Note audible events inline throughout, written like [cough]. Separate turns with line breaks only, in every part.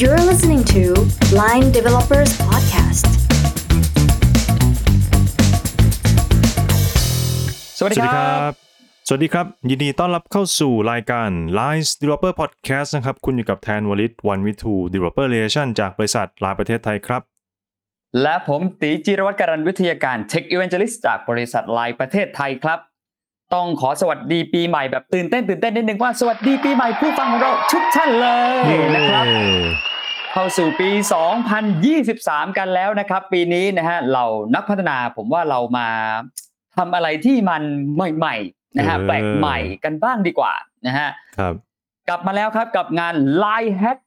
You're listening to Blind Developers Podcast.
สวัสดีครับ
สวัสดีครับ ยินดีต้อนรับเข้าสู่รายการ Line Developer Podcast นะครับ คุณอยู่กับแทนวลิตวันวิทู Developer Relation จากบริษัทลายประเทศไทยครับ
และผมตีจิรวัตรการันวิทยาการ Tech Evangelist จากบริษัทไลน์ประเทศไทยครับ ต้องขอสวัสดีปีใหม่แบบตื่นเต้นตื่นเต้นนิดนึงว่าสวัสดีปีใหม่ผู้ฟังของเราทุกท่านเลยนะครับ เข้าสู่ปี 2023 กันแล้วนะครับ ปีนี้นะฮะเรานักพัฒนาผมว่าเรามาทำอะไรที่มันใหม่ๆนะฮะ
เออ
แปลกใหม่กันบ้างดีกว่านะฮะ
ครับ
กลับมาแล้วครับกับงาน Line Hack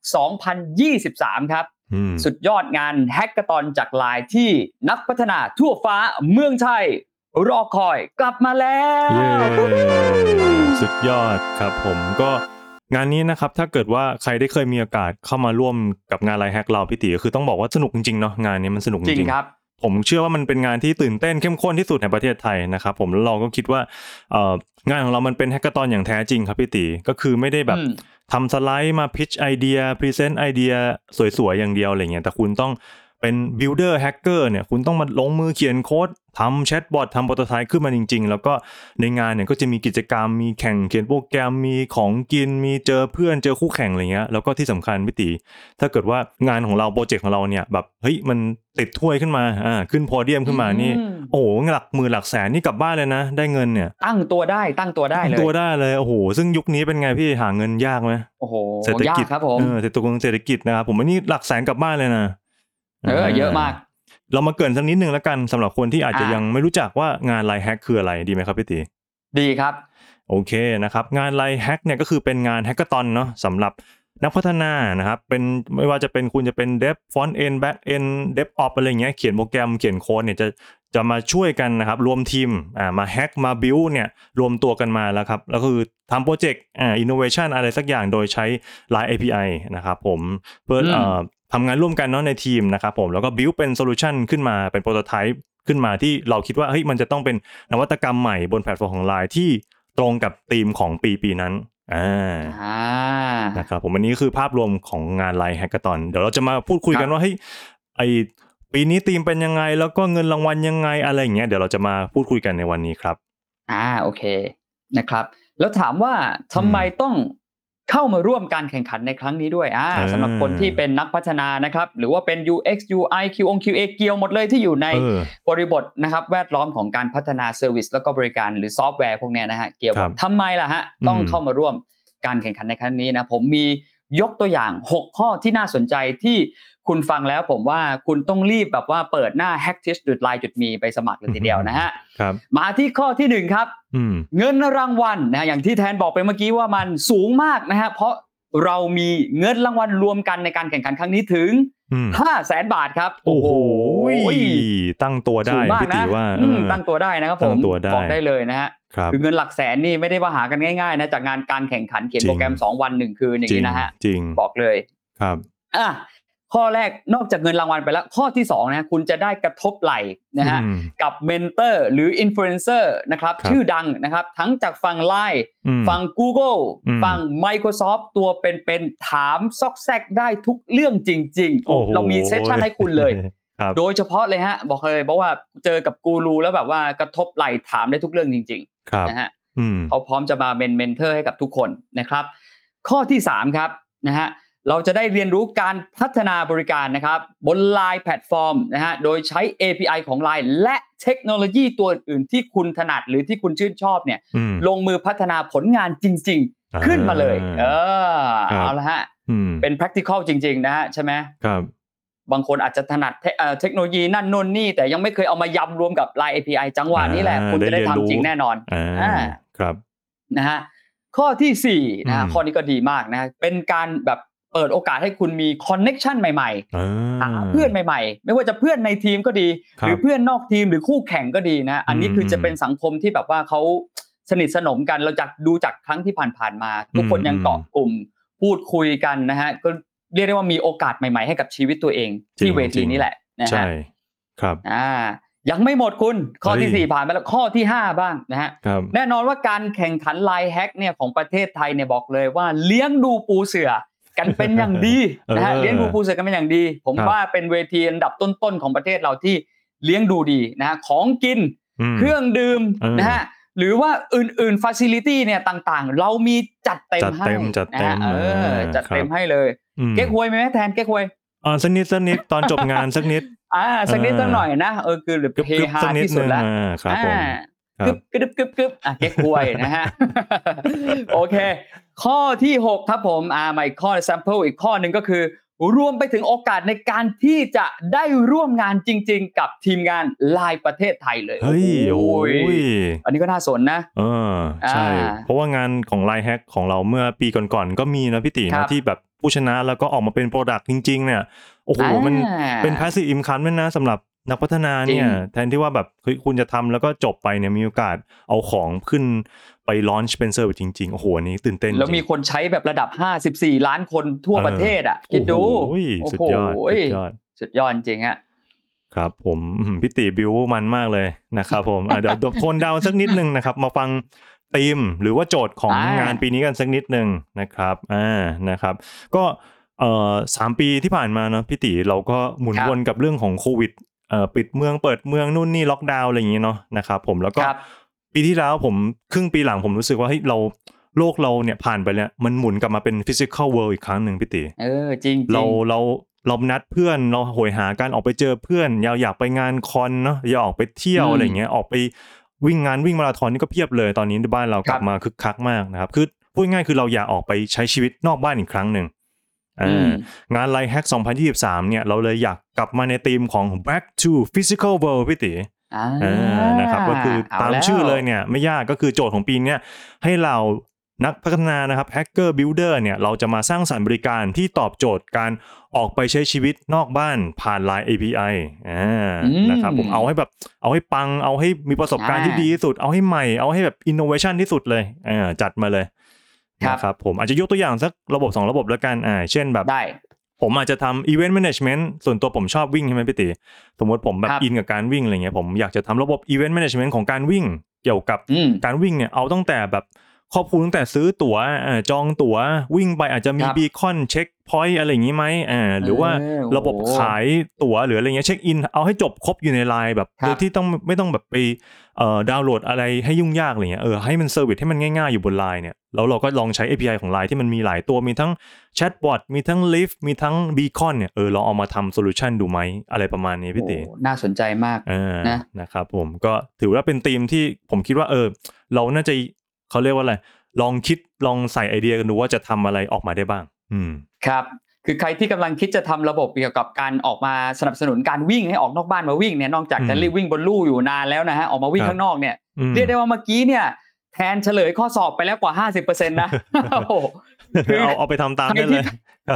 2023 ครับ
อืม
สุดยอดงานแฮกเกอร์ตอนจากไลน์ที่นักพัฒนาทั่วฟ้าเมืองไทย รอคอยกลับมาแล้
เย้
ว
สุดยอดครับผมก็งานนี้นะครับ ถ้าเกิดว่าใครได้เคยมีโอกาสเข้ามาร่วมกับงานไลน์แฮกเราพี่ตีก็คือต้องบอกว่าสนุกจริงๆเนาะงานนี้มันสนุกจ
จริ
ริ
ง
งๆ
ครับ
ผมเชื่อว่ามันเป็นงานที่ตื่นเต้นเข้มข้นที่สุดในประเทศไทยนะครับผมแล้วเราก็คิดว่าเอ่องานของเรามันเป็นแฮกเกอร์ตอนอย่างแท้จริงครับพี่ตีก็คือไม่ได้แบบ
อืม
ทำสไลด์มาพิชไอเดียพรีเซนต์ไอเดียสวยๆ อย่างเดียวอะไรเงี้ยแต่คุณต้องเป็นบิลดเออร์แฮกเกอร์เนี่ยคุณต้องมาลงมือเขียนโค้ดทำแชทบอททำโปรโตไทป์ขึ้นมาจริง ๆ แล้วก็ในงานเนี่ยก็จะมีกิจกรรมมีแข่งเขียนโปรแกรมมีของกินมีเจอเพื่อนเจอคู่แข่งอะไรเงี้ยแล้วก็ที่สำคัญพี่ตี ถ้าเกิดว่างานของเราโปรเจกต์ของเราเนี่ยแบบเฮ้ยมันติดถ้วยขึ้นมาอ่าขึ้นโพเดียมขึ้นมานี่
อืม
โอ้โหหลักหมื่นหลักแสนนี่กลับบ้านเลยนะ ได้เงินเนี่ย
ตั้งตัวได้ตั้งตัวได้เลย
ตัวได้เลยโอ้โหซึ่งยุคนี้เป็นไงพี่หาเงินยากไหม
โอ้โห
เศรษฐ
ยาก
กิจ
ครับผม
เออเศรษฐกิจเศรษฐกิจนะครับผมอันนี้หลักแสนกลับบ้านเลยนะ
เออเยอะมาก
เรามาเกรินสักนิดนึงแล้วกันสำหรับคนที่อาจจะ
อ่ะ
ยังไม่รู้จักว่างานไลน์แฮกคืออะไรดีไหมครับพี่ตี
ดีครับ
โอเคนะครับงานไลน์แฮกเนี่ยก็คือเป็นงานแฮกเกอร์ตอนเนาะสำหรับนักพัฒนานะครับเป็นไม่ว่าจะเป็นคุณจะเป็นเดฟฟอนต์เอนแบ็กเอนเดฟออฟอะไรเงี้ยเขียนโปรแกรมเขียนโค้ดเนี่ยจะจะมาช่วยกันนะครับรวมทีมอ่ามาแฮกมาบิวเนี่ยรวมตัวกันมาแล้วครับแล้วก็คือทำโปรเจกต์อ่าอินโนเวชันอะไรสักอย่างโดยใช้ Line API นะครับผมเพื่อ
ม
เอ่อทำงานร่วมกันเนาะในทีมนะครับผมแล้วก็บิวเป็นโซลูชันขึ้นมาเป็นโปรโตไทป์ขึ้นมาที่เราคิดว่าเฮ้ยมันจะต้องเป็นนวัตกรรมใหม่บนแพลตฟอร์มของ Line ที่ตรงกับธีมของปีปีนั้นอ่า
อ่า
นะครับผมอันนี้คือภาพรวมของงาน Line Hackathon เดี๋ยวเราจะมาพูดคุยกันว่าเฮ้ยไอปีนี้ธีมเป็นยังไง แล้วก็เงินรางวัลยังไงอะไรอย่างเงี้ยเดี๋ยวเราจะมาพูดคุยกันในวันนี้ครับ
อ่าโอเคนะครับ แล้วถามว่าทำไมต้องเข้ามาร่วมการแข่งขันในครั้งนี้ด้วยอ่า
อ่า
สำหรับคนที่เป็นนักพัฒนานะครับ หรือว่าเป็น UX UI QON QA เกียวหมดเลยที่อยู่ใน
เออ
บริบทนะครับแวดล้อมของการพัฒนาเซอร์วิสแล้วก็บริการหรือซอฟต์แวร์พวกเนี้ยนะฮะเกี่ยว
ค
กั
รั
บบ ทำไมล่ะฮะต้อง
อืม
เข้ามาร่วมการแข่งขันในครั้งนี้นะผมมียกตัวอย่าง 6 ข้อที่น่าสนใจที่คุณฟังแล้วผมว่าคุณต้องรีบแบบว่าเปิดหน้า h a c k t i s l i n e มีไปสมัครเลยทีเดียวนะฮะ
ครับ
มาที่ข้อทีหนึ่งครับ
อืม
เงินรางวัลนะอย่างที่แทนบอกไปเมื่อกี้ว่ามันสูงมากนะฮะเพราะเรามีเงินรางวัลรวมกันในการแข่งขันครั้งนี้ถึง
อืม
5 0 0แสนบาทครับ
โอ้โห ตั้งตัวได้
สูงมาก
พี่ตี
นะ
ว่า
อืม
เออ
ตั้งตัวได้นะครับผม
ตั้งตัวได้
บอกได้เลยนะฮะ
ครับ
คือเงินหลักแสนนี่ไม่ได้ว่าหากันง่ายๆนะจากงานการแข่งขันเขียนโปรแกรม 2 วันหนึ่งคืนอย่างนี้นะฮะ
จริง
บอกเลย
ครับ
อ่ะข้อแรกนอกจากเงินรางวัลไปแล้ว ข้อที่2นะคุณจะได้กระทบไหลนะฮะ
อืม
กับเมนเตอร์หรืออินฟลูเอนเซอร์นะครับ
ครับ
ชื่อดังนะครับ ทั้งจากฝั่งไลน์
อืม
ฝั่ง Google
อืม
ฝั่ง Microsoft ตัวเป็นๆถามซอกแซกได้ทุกเรื่องจริง
โอ้โห
ๆ เรามีเซสชั่นให้คุณเลย
ครับ
โดยเฉพาะเลยฮะ บอกเลยเพราะว่าเจอกับกูรูแล้วแบบว่ากระทบไหลถามได้ทุกเรื่องจริง
ครับ
ๆนะฮะ
อืม
เขาพร้อมจะมาเป็นเมนเทอร์ให้กับทุกคนนะครับ ข้อที่ 3 ครับนะฮะเราจะได้เรียนรู้การพัฒนาบริการนะครับ บน Line แพลตฟอร์มนะฮะโดยใช้ API ของ Line และเทคโนโลยีตัวอื่นที่คุณถนัดหรือที่คุณชื่นชอบเนี่ย
อืม
ลงมือพัฒนาผลงานจริง ๆ ขึ้นมาเลย เออ
ครับ
เอาละฮะ
อืม
เป็น practical จริง ๆ นะฮะใช่ไหม
ครับ
บางคนอาจจะถนัดเทเอ่อเทคโนโลยีนั่นนู่นนี่ แต่ยังไม่เคยเอามายำรวมกับ Line API จังหวะนี้แหละ
อ่า
คุณจะได้
ได้เรียนรู้
ทำจริงแน่นอน
อ่า
อ่า
ครับ
นะฮะข้อที่4นะฮะ
อืม
ข้อนี้ก็ดีมากนะ เป็นการแบบเปิดโอกาสให้คุณมีคอนเน็ชันใหม่
อ่า
ๆหาเพื่อนใหม่ๆ ไม่ว่าจะเพื่อนในทีมก็ดี
ครั
ห
บ
รือเพื่อนนอกทีมหรือคู่แข่งก็ดีนะ อันนี้คืออ
ม
จะเป็นสังคมที่แบบว่าเขาสนิทสนมกันเราจากดูจากครั้งที่ผ่านๆมา ทุกคน
อืม
ยังเกาะกลุ่มพูดคุยกันนะฮะก็เรียกได้ว่ามีโอกาสใหม่ๆให้กับชีวิตตัวเองที่เวทีนี้แหละนะ
ใช่
ฮะ
ครับ
อ่ายังไม่หมดคุณข้อที่
เฮ้ย
สี่ผ่านไปแล้วข้อที่ห้าบ้างนะฮะ
ครับ
แน่นอนว่าการแข่งขันไลน์แฮกเนี่ยของประเทศไทยเนี่ยบอกเลยว่าเลี้ยงดูปูเสือ กันเป็นอย่างดี
เออ
นะฮะเลี้ยงดูปูเสือกันเป็นอย่างดี ผม
ครับ
ว่าเป็นเวทีอันดับต้นๆของประเทศเราที่เลี้ยงดูดีนะฮะของกิน
ม
เครื่องดื่ม
เออ
นะฮะหรือว่าอื่นๆฟ a ซิลิตี้เนี่ยต่างๆ เรามีจัดเต็ม
จัด
ให้
เต็มจัด
นะ
เต็
ฮะ
ม
เออจัดเต็ม
ครับ
ให้เลย
อืม
เก๊กฮวยไหมแทนเก๊กฮวย
อ่าสักนิดสักนิดตอนจบ
[laughs]
งานสักนิด
อ่าสักนิด
เออ
สักหน่อยนะเออคือหรือ
กึบ
เฮ
กึบ
ฮา
สักนิด
ที่สุ
นึ
ด
ง
ละ
อ่าครับผม
อ่า
ครับ
กึบกึบกึบกึบอ่ะเก๊กฮวยนะ
[laughs]
ฮะ โอเค ข้อที่ 6 ครับผมอ่ามาอีกข้อ sample อีกข้อหนึ่งก็คือ รวมไปถึงโอกาสในการที่จะได้ร่วมงานจริง ๆ กับทีมงานลายประเทศไทยเลย
เฮ้ยโอ้ย
อันนี้ก็น่าสนนะ
เออใช่
อ่า
เพราะว่างานของไลน์แฮกของเราเมื่อปีก่อนๆก็มีนะพี่ตี
ครั
นะ
บ
ที่แบบผู้ชนะแล้วก็ออกมาเป็นโปรดักต์จริง ๆ เนี่ยโอ้โหมัน
อ่า
เป็น passive income ด้วยนะสำหรับนักพัฒนาเนี่ย
จริง
แทนที่ว่าแบบเฮ้ยคุณจะทำแล้วก็จบไปเนี่ยมีโอกาสเอาของขึ้นไปลอนช์เป็นเซอร์วิสจริงๆ โอ้โหอันนี้ตื่นเต้น
แล้วมี
จริง
คนใช้แบบระดับ 54 ล้านคนทั่ว
เออ
ประเทศอ่ะ คิดดู
โอ้ยสุดยอด
โอ้
สุ
โห
ดยอด
สุดยอดจริงอ่ะ
ครับผม [laughs] อืมพี่ติบิวมันมากเลยนะครับผมอ่ะเดี๋ยว เดี๋ยวโทนดาวน์สักนิดนึงนะครับ มาฟังธีมหรือว่าโจทย์ของ
อ่าง
งานปีนี้กันสักนิดนึงนะครับอ่านะครับ ก็เอ่อสามปีที่ผ่านมาเนาะพี่ติเราก็หมุน
ครับ
วนกับเรื่องของโควิดเอ่อปิดเมืองเปิดเมืองนู่นนี่ล็อกดาวน์อะไรอย่างงี้เนาะนะครับผมแล้วก็
ครับ
ปีที่แล้วผมครึ่งปีหลังผมรู้สึกว่าเฮ้ยเราโลกเราเนี่ยผ่านไปแล้วมันหมุนกลับมาเป็นฟิสิกอลเวิลด์อีกครั้งหนึ่งพี่ติ
เออจริงๆ
เราเราเรานัดเพื่อนเราโหยหาการออกไปเจอเพื่อนอยากอยากไปงานคอนเนาะอยากออกไปเที่ยว
อืม
อะไรอย่างเงี้ยออกไปวิ่งงานวิ่งมาราธอนนี่ก็เพียบเลยตอนนี้ในบ้านเรากลับ
ครับ
มาคึกคักมากนะครับคือพูดง่ายๆคือเราอยากออกไปใช้ชีวิตนอกบ้านอีกครั้งหนึ่งอ่า
อืม
งานไลแฮก2023 เนี่ยเราเลยอยากกลับมาในธีมของ back to physical world พี่ติ
อ่า
อ่านะครับก็คือตาม
แว
ชื่อเลยเนี่ยไม่ยากก็คือโจทย์ของปีเนี้ยให้เรานักพัฒนานะครับแฮกเกอร์บิลดเอร์เนี่ยเราจะมาสร้างสรรค์บริการที่ตอบโจทย์การออกไปใช้ชีวิตนอกบ้านผ่าน Line API อ่า
อืม
นะครับผมเอาให้แบบเอาให้ปังเอาให้มีประสบการณ์
อ่า
ที่ดีที่สุด เอาให้ใหม่เอาให้แบบอินโนเวชันที่สุดเลยอ่าจัดมาเลย
ครับ
นะครับผมอาจจะยกตัวอย่างสักระบบ 2 ระบบแล้วกันอ่าเช่นแบบ
ได้
ผมอาจจะทำอีเวนต์แมネจเมนต์ส่วนตัวผมชอบวิ่งใช่ไหมพี่ติสมมติผมแบบ
ครับ
อินกับการวิ่งอะไรเงี้ยผมอยากจะทำระบบอีเวนต์แมเนจเมนต์ของการวิ่ง เกี่ยวกับ
อืม
การวิ่งเนี่ยเอาตั้งแต่แบบครอบคลุมตั้งแต่ซื้อตั๋วเอ่อจองตั๋ววิ่งไปอาจจะมี
ครับ
บีคอนเช็คพอยต์อะไรอย่างงี้ไหมอ่าหรือว่า
เออ
ระบบขายตั๋วหรืออะไรเงี้ยเช็คอินเอาให้จบครบอยู่ในไลน์แบบ
ครับ
โดยที่ต้องไม่ต้องแบบไปเอ่อดาวน์โหลดอะไรให้ยุ่งยากอะไรเงี้ยเออให้มันเซอร์วิสให้มันง่ายๆอยู่บนไลน์เนี่ยแล้วเราก็ลองใช้ API ของไลน์ที่มันมีหลายตัวมีทั้ง แชทบอทมีทั้งลิฟมีทั้งบีคอนเนี่ยเออลองเอามาทำโซลูชันดูไหมอะไรประมาณนี้พี่ติ
โอ้น่าสนใจมาก
เออ
นะ
นะครับผมก็ถือว่าเป็นธีมที่ผมคิดว่าเออ เราน่าจะเขาเรียกว่าอะไร ลองคิดลองใส่ไอเดียกันดูว่าจะทำอะไรออกมาได้บ้าง อืม
ครับ คือใครที่กำลังคิดจะทำระบบเกี่ยวกับการออกมาสนับสนุนการวิ่งให้ออกนอกบ้านมาวิ่งเนี่ยนอกจากจะ
อืม
รีบวิ่งบนลู่อยู่นานแล้วนะฮะออกมาวิ่ง
ครับ
ข้างนอกเนี่ย
อืม
เรียกได้ว่าเมื่อกี้เนี่ย แทนเฉลยข้อสอบไปแล้วกว่า 50%นะ
[laughs]
โอ้โห คือ
เอาเอาไปทำตามได้เลย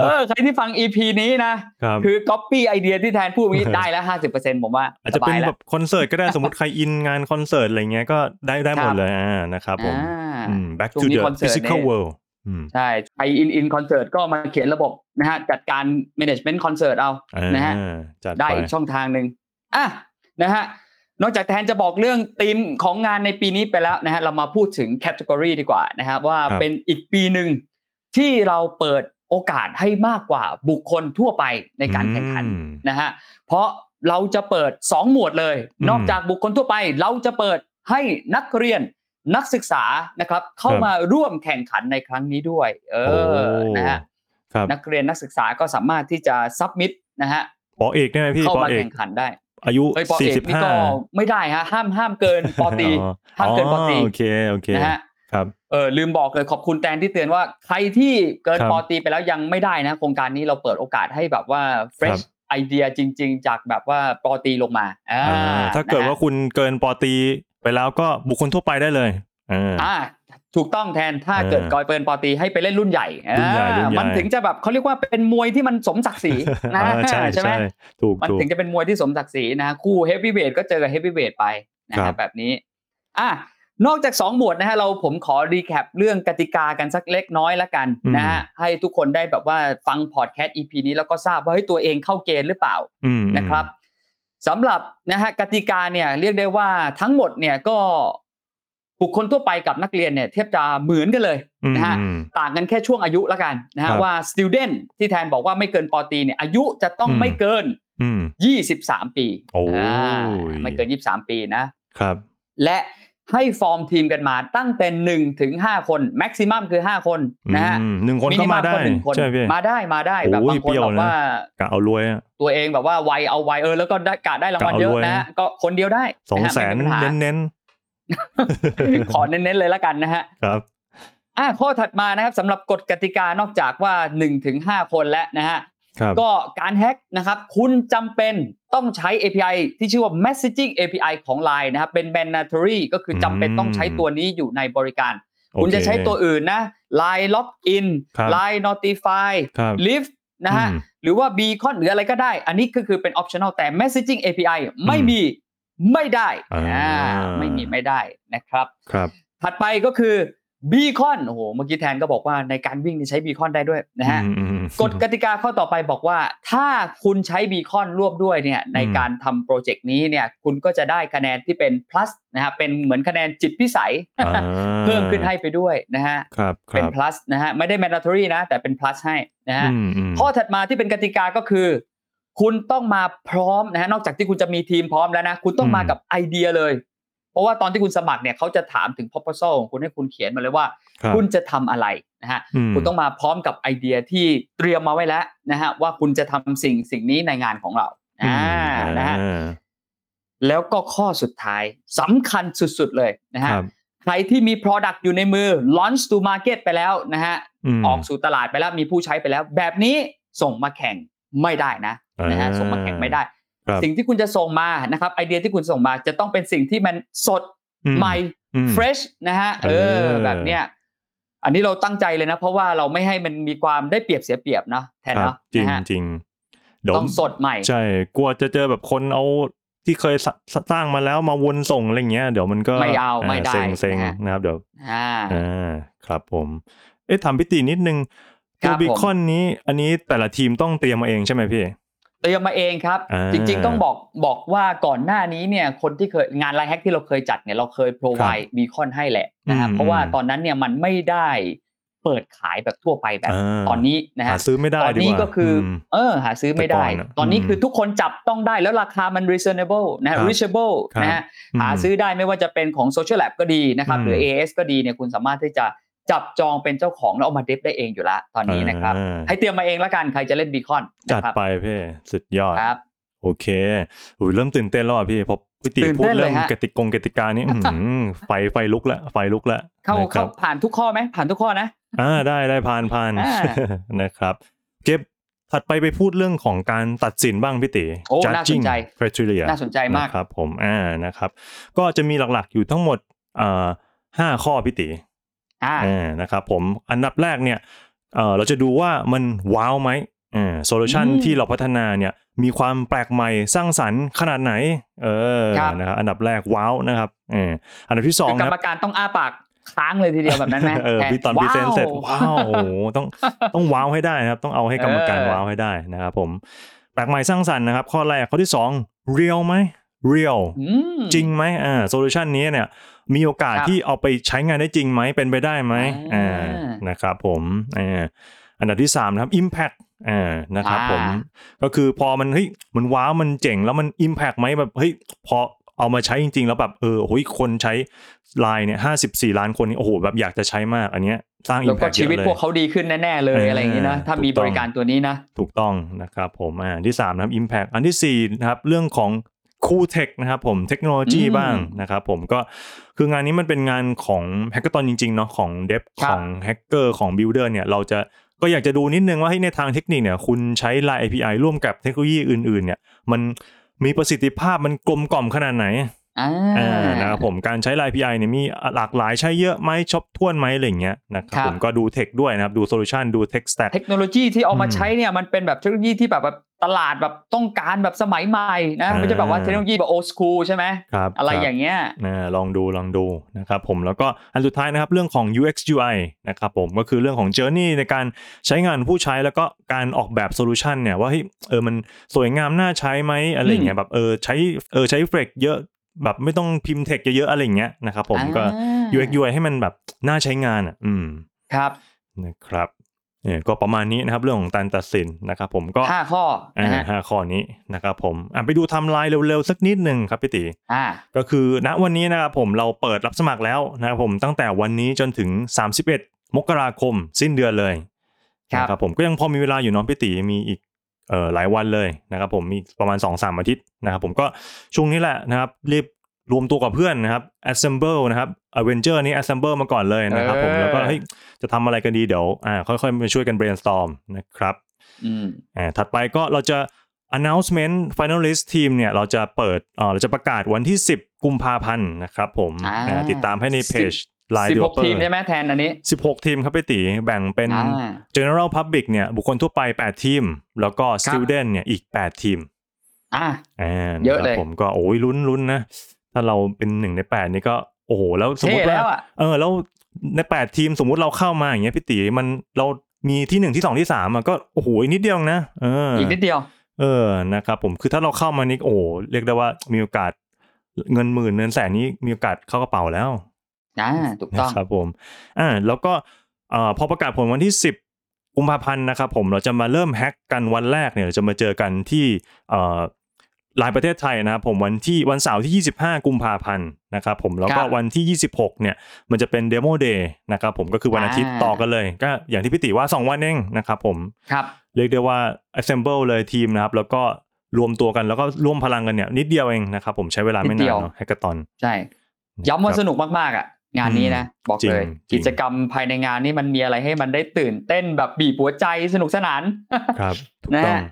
เออใครที่ฟัง EP นี้นะ
ครับ
คือ Copy ไอเดียที่แทนพูดเมื่อกี้ได้แล้วห้าสิบเปอร์เซ็นต์ผมว่า
อาจจะเป็น
สาย
แบ
แล้ว
บคอนเสิร์ตก็
[laughs]
ได้สมมติใครอินงานคอนเสิร์ตอะไรเงี้ยก็ได้ได้หมดเลยอ่านะครับผม
อ่า
อืม back
ช่ว
to
งนี้
the
คอนเสิร์ต
physical
เนี่ย
world อืม
ใช่ไปอินอินคอนเสิร์ตก็มาเขียนระบบนะฮะ จัดการ management concert เอา
อ่า
นะฮะ
จัด
ได้
ไป
อีกช่องทางหนึ่งอ่ะนะฮะ นอกจากแทนจะบอกเรื่องธีมของงานในปีนี้ไปแล้วนะฮะ เรามาพูดถึงแคตตากรีดีกว่านะครับว่าเป็นอีกปีหนึ่งที่เราเปิดโอกาสให้มากกว่าบุคคลทั่วไปในการแข่งขัน
อืม
นะฮะ เพราะเราจะเปิด 2 หมวดเลย
อืม
นอกจากบุคคลทั่วไป เราจะเปิดให้นักเรียนนักศึกษานะครับ เข้า
ครับ
มาร่วมแข่งขันในครั้งนี้ด้วย เออ
โอ้
นะฮะ
ครับ
นักเรียนนักศึกษาก็สามารถที่จะซับมิดนะฮะ
ปอเอกได้ไหมพี่
เข้า
ปอ
มา
เอก
แข่งขันได้
อายุ
เอ้ยปอ
สี่
เอ
สิ
ก
บ
นี่
ห้า
ก็ไม่ได้ฮะห้ามห้ามเกินปอตรีห้ามเกินปอตรี
โอเคโอเค
นะฮะ
ครับ
เออลืมบอกเลยขอบคุณแตนที่เตือนว่าใครที่เกิน
ครับ
ปอตรีไปแล้วยังไม่ได้นะโครงการนี้เราเปิดโอกาสให้แบบว่า
ครั
fresh
บ
ไอเดียจริง ๆ จากแบบว่าปอตรีลงมาอ่า
อ่าถ้าเกิดว่า
นะฮะ
คุณเกินปอตรีไปแล้วก็บุคคลทั่วไปได้เลยอ่า
อ่าถูกต้องแทนถ้า
เออ
เกิดกอยเปินปอตรีให้ไปเล่นรุ่นใหญ่
รุ่นใหญ่
อ่า
รุ่นใหญ่
มันถึงจะแบบเขาเรียกว่าเป็นมวยที่มันสมศักดิ์ศรีนะ
อ่าใช่
ใช่
ใช่
ไหม
ถูก
มัน
ถูก
ถึงจะเป็นมวยที่สมศักดิ์ศรีนะฮะคู่เฮฟวีเวทก็เจอกับเฮฟวีเวทไปนะ
ค
ค
รั
รั
บบ
แบบนี้อ่ะนอกจาก 2 หมวดนะฮะเราผมขอรีแคปเรื่องกติกากันสักเล็กน้อยละกัน
อืม
นะฮะให้ทุกคนได้แบบว่าฟังพอดแคสต์ EP นี้แล้วก็ทราบว่าเฮ้ยตัวเองเข้าเกณฑ์หรือเปล่า
อืม
นะครับสำหรับนะฮะกติกาเนี่ยเรียกได้ว่าทั้งหมดเนี่ยก็ บุคคลทั่วไปกับนักเรียนเนี่ยเทียบจะเหมือนกันเลย
อืม
นะฮะ
อืม
ต่างกันแค่ช่วงอายุละกันนะ
ค
ฮะ
รับ
ว่า student ที่แทนบอกว่าไม่เกินปอตรีเนี่ยอายุจะต้อง
อืม
ไม่เกิน
อืม
23 ปี
โอ้ย
อ่าไม่เกิน 23 ปีนะ
ครับ
และให้ฟอร์มทีมกันมาตั้งแต่1ถึง5คนแม็กซิมัมคือ 5 คนนะฮะ
อืมหนึ่งคนก็มาได้
ก็หนึ่งคน
ใช่ไหมพี่
มาได้มาได้แบบ
โอ้ย
บางค
เปรี้
น
ยว
บอก
นะ
ว่า
กะเอารวยอะ
ตัวเองแบบว่าไวเอาไวเออแล้วก็ได้กะได้รางวัล
กะเอา
เยอะ
รวย
นะก็คนเดียวได้
สอง
ะฮะ
แสน
ไม่มีปัญหา
เน้นเน้น
ขอเน้นๆเลยละกันนะฮะ
ครับ
อ่ะข้อถัดมานะครับสำหรับกฎกติกานอกจากว่า1ถึง5คนแล้วนะฮะ
ครับ
ก็การแฮ็กนะครับ คุณจำเป็นต้องใช้ API ที่ชื่อว่า messaging API ของ Line นะครับ เป็น mandatory ก็คือจำเป็นต้องใช้ตัวนี้อยู่ในบริการ
โอเ
คุณจะใช้ตัวอื่นนะ Line Login
ครับ
Line Notify
ครับ
Lift นะฮะ
อืม
หรือว่า Beacon หรืออะไรก็ได้ อันนี้ก็คือเป็น optional แต่ messaging API ไม่มีไม่ได้
อ่า
อ่าไม่มีไม่ได้นะครับ
ครับ
ถัดไปก็คือบีคอนโอ้โหเมื่อกี้แทนก็บอกว่าในการวิ่งนี่ใช้บีคอนได้ด้วยนะฮะ
อืมอืมอืม
กฎกติกาข้อต่อไปบอกว่า ถ้าคุณใช้บีคอนร่วมด้วยเนี่ยใน
อืม
การทำโปรเจกต์นี้เนี่ยคุณก็จะได้คะแนนที่เป็น plus นะฮะเป็นเหมือนคะแนนจิตพิสัย
อ่า
เพิ่มขึ้นให้ไปด้วยนะฮะ
ครับค
เป็น
รับ
plus นะฮะไม่ได้ mandatory นะ แต่เป็น plus ให้นะฮะ
อืมม
ข้อถัดมาที่เป็นกติกาก็คือ คุณต้องมาพร้อมนะฮะนอกจากที่คุณจะมีทีมพร้อมแล้วนะ คุณต้องมา
อืม
กับไอเดียเลย เพราะว่าตอนที่คุณสมัครเนี่ยเขาจะถามถึง proposal ของคุณให้คุณเขียนมาเลยว่า
ครับ
คุณจะทำอะไรนะฮะ
อืม
คุณต้องมาพร้อมกับไอเดียที่เตรียมมาไว้แล้วนะฮะว่าคุณจะทำสิ่งสิ่งนี้ในงานของเรา
อื
อ่
ม
านะฮะ
อ่า
แล้วก็ข้อสุดท้ายสำคัญสุดๆเลยนะฮะ
ครับ
ใครที่มี product อยู่ในมือ launch to market ไปแล้วนะฮะ
ม
ออกสู่ตลาดไปแล้วมีผู้ใช้ไปแล้ว แบบนี้ส่งมาแข่งไม่ได้นะนะฮะ
อ่า
ส่งมาแข่งไม่ได้
ครับ
สิ่งที่คุณจะส่งมานะครับไอเดียที่คุณส่งมาจะต้องเป็นสิ่งที่มันสด
อื
ใหม่
อืม
fresh นะฮะเอ
เอ
อ
อ
แบบเนี้ยอันนี้เราตั้งใจเลยนะ เพราะว่าเราไม่ให้มันมีความได้เปรียบเสียเปรียบนะแทน
ครั
เนาะ
บจริง
นะฮะ
จริงเดี๋ยว
ต้องสดใหม่
ใช่กลัวจะเจอแบบคนเอาที่เคยสสสร้างมาแล้วมาวนส่งอะไรเงี้ยเดี๋ยวมันก็
ไม่เอาไม่ได้
เซ็งเซ็ง
นะฮะ
นะครับเดี๋ยว
อ่า
อ่าครับผม เอ๊ะถามพี่ตีนิดนึง
ครั
ตัว
บผม
บีคอนนี้ อันนี้แต่ละทีมต้องเตรียมมาเองใช่ไหมพี่
เตรียมมาเองครับ
อ่า
จริง ๆ ต้องบอกบอกว่าก่อนหน้านี้เนี่ยคนที่เคยงานไลน์แฮกที่เราเคยจัดเนี่ยเราเคย provide บีคอนให้แหละนะ
อื
ฮะ
ม
เพราะว่า
อืม
ตอนนั้นเนี่ยมันไม่ได้เปิดขายแบบทั่วไปแบบ
อ่า
ตอนนี้นะ
หา
ฮะ
ซื้อไม่ได้
ตอน
ดีก
นี้
ว่า
ก็คืออ
ม
เออหาซื้อไม่ได้
แต่ก่อนอะ
ตอนนี้
อืม
คือทุกคนจับต้องได้แล้วราคามัน reasonable นะ
ค
ฮะ
รับ
reachable
ครับ
นะฮะหาซื้อได้ไม่ว่าจะเป็นของ social lab ก็ดีนะครับ
อืม
หรือ AS ก็ดีเนี่ยคุณสามารถที่จะจับจองเป็นเจ้าของแล้วเอามาเดฟได้เองอยู่ละตอนนี้นะครับ
อ่า
ให้เตรียมมาเองละกันใครจะเล่นบีคอน
จัด
นะครับ
ไปพี่สุดยอด
ครับ
โอเคอุ้ยเริ่มตื่นเต้นแล้วอ่ะพี่พอพี่ตี
ตื่น
พู
เต้
ด
นเลย
เรื่อง
ฮะ
กติกงกติกา
[laughs]
นี่อื้อหือไฟไฟลุกละไฟลุกละ
เข้า
นะค
เข้า
รับ
ผ่านทุกข้อไหมผ่านทุกข้อนะ
อ่าได้ได้ผ่านผ่าน
อ่า
[laughs] นะครับเก็บถัดไปไปพูดเรื่องของการตัดสินบ้างพี่ตี
โอ้น่าสนใจ
criteria
น่าสนใจมาก
นะครับผมอ่านะครับ ก็จะมีหลักๆอยู่ทั้งหมดอ่าห้าข้อพี่ติ
อ่า
อ่านะครับผมอันดับแรกเนี่ยเอ่อเราจะดูว่ามันว้าวไหมอ่าโซลูชัน
อืม
ที่เราพัฒนาเนี่ยมีความแปลกใหม่สร้างสรรค์ขนาดไหนเออ
ครับ
นะครับอันดับแรกว้าวนะครับเอออันดับที่สอง
คือกร
นะ
รมการต้องอ้าปากค้างเลยทีเดียวแบบนั้นไหม
เออ
แทน
พี่ตอนพรีเซนต์เสร็จ
ว้า
ว้าว
ว
โอ้โห
[laughs]
ต้องต้องว้าวให้ได้นะครับ ต้องเอาให้กรรมการ
เออ
ว้าวให้ได้นะครับผมแปลกใหม่สร้างสรรค์นะครับข้อแรกข้อที่สองเรียลไหมเรียล
อืม
จริงไหมอ่าโซลูชันนี้เนี่ยมีโอกาส
ครับ
ที่เอาไปใช้งานได้จริงไหมเป็นไปได้ไหม
อ่า
อ่านะครับผมอ่าอันดับที่สามนะครับ Impact อ่านะครับ
อ่า
ผมก็คือพอมันเฮ้ยมันว้าวมันเจ๋งแล้วมัน Impact ไหมแบบเฮ้ยพอเอามาใช้จริง ๆ แล้วแบบเออโอ้ยคนใช้ไลน์เนี่ยห้าสิบสี่ล้านคนนี่โอ้โหแบบอยากจะใช้มากอันเนี้ยสร้าง
แล้วก็
Impact เย
ชี
อะ
วิตพ
เลย
วกเขาดีขึ้นแน่ๆเลย
เอออ
อะไรอย่างนี้นะถ้ามี
ถูก
บ
ต้อง
ริการตัวนี้นะ
ถูกต้องนะครับผมอ่าอันที่สามนะครับ Impact อันที่สี่นะครับเรื่องของคูเทคนะครับผมเทคโนโลยี
อืม
บ้างนะครับผมก็คืองานนี้มันเป็นงานของแฮกเกอร์ตอนจริงๆเนาะของเดฟ
ครั
ข
บ
องแฮกเกอร์ของบิลเดอร์เนี่ยเราจะก็อยากจะดูนิดนึงว่าให้ยในทางเทคนิคเนี่ยคุณใช้ Line API ร่วมกับเทคโนโลยีอื่นๆเนี่ยมันมีประสิทธิภาพมันกลมกล่อมขนาดไหน
อ่า
อ่านะครับผมการใช้ Line API เนี่ยมีหลากหลายใช้เยอะไหมชอบท่วนไหมอะไรอย่างเงี้ยนะครับ
ครับ
ผมก็ดูเทคด้วยนะครับดูโซลูชันดูเทคสแต็ก
เทคโนโลยีที่เอามา
อืม
ใช้เนี่ยมันเป็นแบบเทคโนโลยีที่แบบว่าตลาดแบบต้องการแบบสมัยใหม่นะ
อ่า
ไม่ใช่แบบว่าเทคโนโลยีแบบโอสคูลใช่ไหม
ครับ
อะไร
คบ
อย่างเงี้ย
นะลองดูลองดูนะครับผมแล้วก็อันสุดท้ายนะครับเรื่องของ UX UI นะครับผมก็คือเรื่องของ Journey ในการใช้งานผู้ใช้แล้วก็การออกแบบโซลูชันเนี่ยว่าเฮ้ยเออมันสวยงามน่าใช้ไหมอะไรอย่างเงี้ยแบบเออใช้เออใช้เฟรกเยอะแบบไม่ต้องพิมพ์เทคเยอะๆอะไรอย่างเงี้ยนะครับผมก็ UX UI ให้มันแบบน่าใช้งานอ่ะอืม
ครับ
นะครับเนี่ยก็ประมาณนี้นะครับเรื่องของการตัดสินนะครับผมก็
ห้าข้อ
อ่า
นะฮะ
ห้าข้อนี้นะครับผมอ่ะไปดูไทำลายเร็วๆ สักนิดหนึ่งครับพี่ตี
อ่า
ก็คือณวันนี้นะครับผมเราเปิดรับสมัครแล้วนะครับผมตั้งแต่วันนี้จนถึง 31 มกราคมสิ้นเดือนเลย
ครับ
นะผมก็ยังพอมีเวลาอยู่เน้องพี่ตีมีอีกเอ่อหลายวันเลยนะครับผมมีประมาณ 2-3สามอาทิตย์นะครับผมก็ช่วงนี้แหละนะครับรีบรวมตัวกับเพื่อนนะครับ assemble นะครับ avenger นี้ assemble มาก่อนเลยนะครับผมแล้วก็เฮ้ยจะทำอะไรกันดีเดี๋ยวอ่าค่อยๆมาช่วยกัน brainstorm นะครับ
อืม
อ่าถัดไปก็เราจะ announcement finalist team เนี่ยเราจะเปิดเอ่อเราจะประกาศวันที่ 10 กุมภาพันธ์นะครับผม
อ่า
อ่าติดตามให้ในเพจ Line
สิบหก
Developer
ทีมใช่ไหมแทนอันนี้
16 ทีมครับพี่ตีแบ่งเป็น
อ่า
general public เนี่ยบุคคลทั่วไป 8 ทีม แล้วก็ student เนี่ยอีก 8 ทีม
อ่า
อ่า
เยอะ
นครับ
เลย
ผมก็โอ้ยลุ้นลุ้นนะ ถ้าเราเป็นหนึ่งใน 8 นี่ก็โอ้โห แล้วสมม
เท่
ติว่า
แล้วอ่ะ
เออแล้วในแปดทีมสมมุติเราเข้ามาอย่างเงี้ยพี่ตีมันเรามีที่หนึ่งที่สองที่สามอ่ะก็โอ้โหอีกนิดเดียวนะเออ
อี
อี
กนิดเดียว
เออนะครับผมคือถ้าเราเข้ามานี่โอ้โหเรียกได้ว่ามีโอกาสเงินหมื่นเงินแสนนี้มีโอกาสเข้ากระเป๋าแล้ว
อ่า ถูก
นะ
ต้อง
ครับผมอ่าแล้วก็เอ่อพอประกาศผลวันที่ 10กุมภาพันธ์นะครับผมเราจะมาเริ่มแฮ็กกันวันแรกเนี่ยเราจะมาเจอกันที่เอ่อลายประเทศไทยนะครับผมวันที่วันเสาร์ที่ 25 กุมภาพันธ์นะครับผมแล้วก็
ครับ
วันที่ 26เนี่ย มันจะเป็นเดโมเดย์นะครับผมก็คือวันอาทิตย์
อ่า
ต่อกันเลย ก็อย่างที่พี่ติว่า 2 วันเองนะครับผม
ครับ
เรียกได้ว่า assemble เลยทีมนะครับ แล้วก็รวมตัวกันแล้วก็ร่วมพลังกันเนี่ยนิดเดียวเองนะครับผมใช้เวลาไม่
นิดเดี
นาน
ยว
เนาะแฮกเกอร์ตอน
ใช่ ย้ำว่าสนุกมากๆอ่ะ งานนี้นะ บอก
จริง
เลย
จริง
กิจกรรมภายในงานนี่มันมีอะไรให้มันได้ตื่นเต้นแบบบีบหัวใจสนุกสนาน
ครับถูก
นะ
ต้อง
ฮะ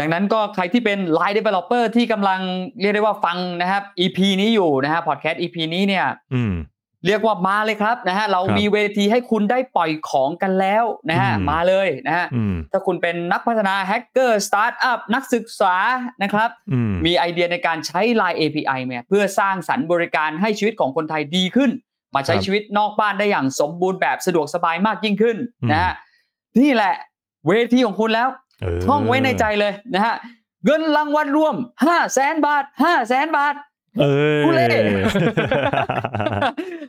ดังนั้นก็ใครที่เป็น Line Developer ที่กำลังเรียกได้ว่าฟังนะครับ EP นี้อยู่นะฮะ Podcast EP นี้เนี่ย
อืม
เรียกว่ามาเลยครับนะฮะ เรา
ครับ
มีเวทีให้คุณได้ปล่อยของกันแล้วนะฮะ
อืม
มาเลยนะฮะ
อืม
ถ้าคุณเป็นนักพัฒนาแฮกเกอร์สตาร์ทอัพนักศึกษานะครับ
อืม
มีไอเดียในการใช้ Line API เนี่ยเพื่อสร้างสรรค์บริการให้ชีวิตของคนไทยดีขึ้น มาใช้
ครับ
ชีวิตนอกบ้านได้อย่างสมบูรณ์แบบสะดวกสบายมากยิ่งขึ้น
อืม
นะฮะนี่แหละเวทีของคุณแล้ว
เ
ท่องไว้ในใจเลยนะฮะ เงินรางวัลรวม 5 0 0แสนบาท 5 0 0แสนบาท
เอ [laughs] อ
กูเล่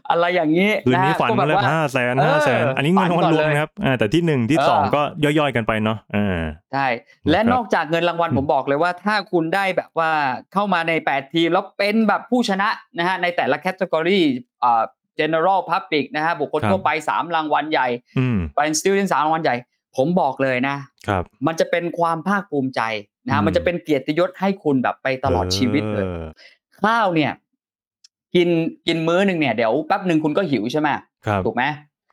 อะไรอย่างนี้
[laughs] คืนนี้
ะฮะ
ฝัน
ก็แบ
มา
บ
แล้ว
ว่า
ห้าแสน
เออ
ห้าแสนอันนี้เงินรางวัลรวม
ฝันก่อนเลย
นะครับอ่าแต่ที่หนึ่งที่
เออ
สองก็ย่อยๆกันไปเนาะอ่า
ใช่และ
นะครับ
นอกจากเงินรางวัล
อืม
ผมบอกเลยว่า ถ้าคุณได้แบบว่าเข้ามาใน 8 ทีม แล้วเป็นแบบผู้ชนะนะฮะในแต่ละแคตตากรีอ่า general public นะฮะบุคคลทั่วไป 3 รางวัลใหญ่
อืม
เป็น student 3รางวัลใหญ่ ผมบอกเลยนะ
ครับ
มันจะเป็นความภาคภูมิใจนะ
อื
ฮะ
ม
มันจะเป็นเกียรติยศให้คุณแบบไปตลอดชีวิตเลย
ออ
ข้าวเนี่ย กินกินมื้อหนึ่งเนี่ยเดี๋ยวแป๊บหนึ่งคุณก็หิวใช่ไหม
ครับ
ถูกไหม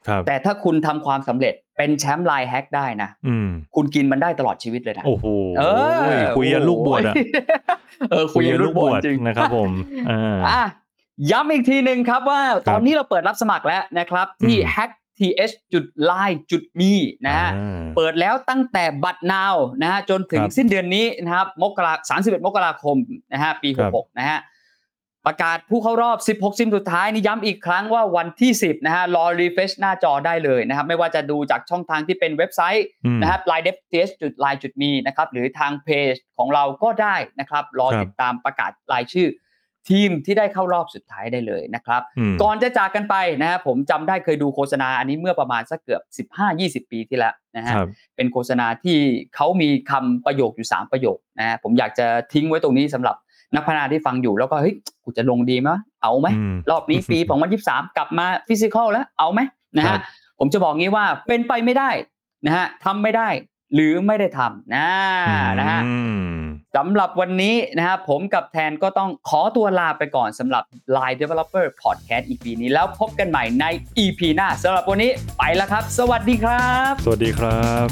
ครับ
แต่ถ้าคุณทำความสำเร็จเป็นแชมป์ไลน์แฮกได้นะ
อืม
คุณกินมันได้ตลอดชีวิตเลยนะ
โอ้โห
เออ
คุยกันลูกบวชอะ
เออคุยกันลูกบวชจริง
นะครับผมอ่า
อ่ะย้ำอีกทีหนึ่งครับว่าตอนนี้เราเปิดรับสมัครแล้วนะครับ ที่
อืม
hackth.line.me นะฮะ
อ่า
เปิดแล้วตั้งแต่บัตรนาวนะฮะจนถึง
ครับ
สิ้นเดือนนี้นะครับมกราสามสิบเอ็ดมกราคมนะฮะปี
ครับ
66นะฮะประกาศผู้เข้ารอบ 16ซิมสุดท้ายนี่ย้ำอีกครั้งว่าวันที่ 10นะฮะรอรีเฟชหน้าจอได้เลยนะครับ ไม่ว่าจะดูจากช่องทางที่เป็นเว็บไซต์
อืม
นะครับ line d e v t s l i n e me นะครับ หรือทางเพจของเราก็ได้นะครับ รอ
ครับ
ติดตามประกาศรายชื่อ ทีมที่ได้เข้ารอบสุดท้ายได้เลยนะครับ
ม
ก่อนจะจากกันไปนะฮะผมจำได้เคยดูโฆษณาอันนี้เมื่อประมาณสักเกือบ 15-20 ปีที่แล้วนะฮะ
ครับ
เป็นโฆษณาที่เขามีคำประโยคอยู่ 3 ประโยคนะฮะผมอยากจะทิ้งไว้ตรงนี้สำหรับนักพัฒนาที่ฟังอยู่แล้วก็เฮ้ยกูจะลงดีไหมวะเอาไหม
อืม
รอบนี้ปี 2023 กลับมาฟิสิกอลแล้วเอาไหมนะ
ครั
ฮะ
บ
ผมจะบอกงี้ว่าเป็นไปไม่ได้นะฮะทำไม่ได้หรือไม่ได้ทำนะนะฮะ
อืม
สำหรับวันนี้นะครับผมกับแทนก็ต้องขอตัวลาไปก่อนสำหรับ Line Developer Podcast EP นี้แล้วพบกันใหม่ใน EP หน้าสำหรับวันนี้ไปแล้วครับ สวัสดีครับ
สวัสดีครับ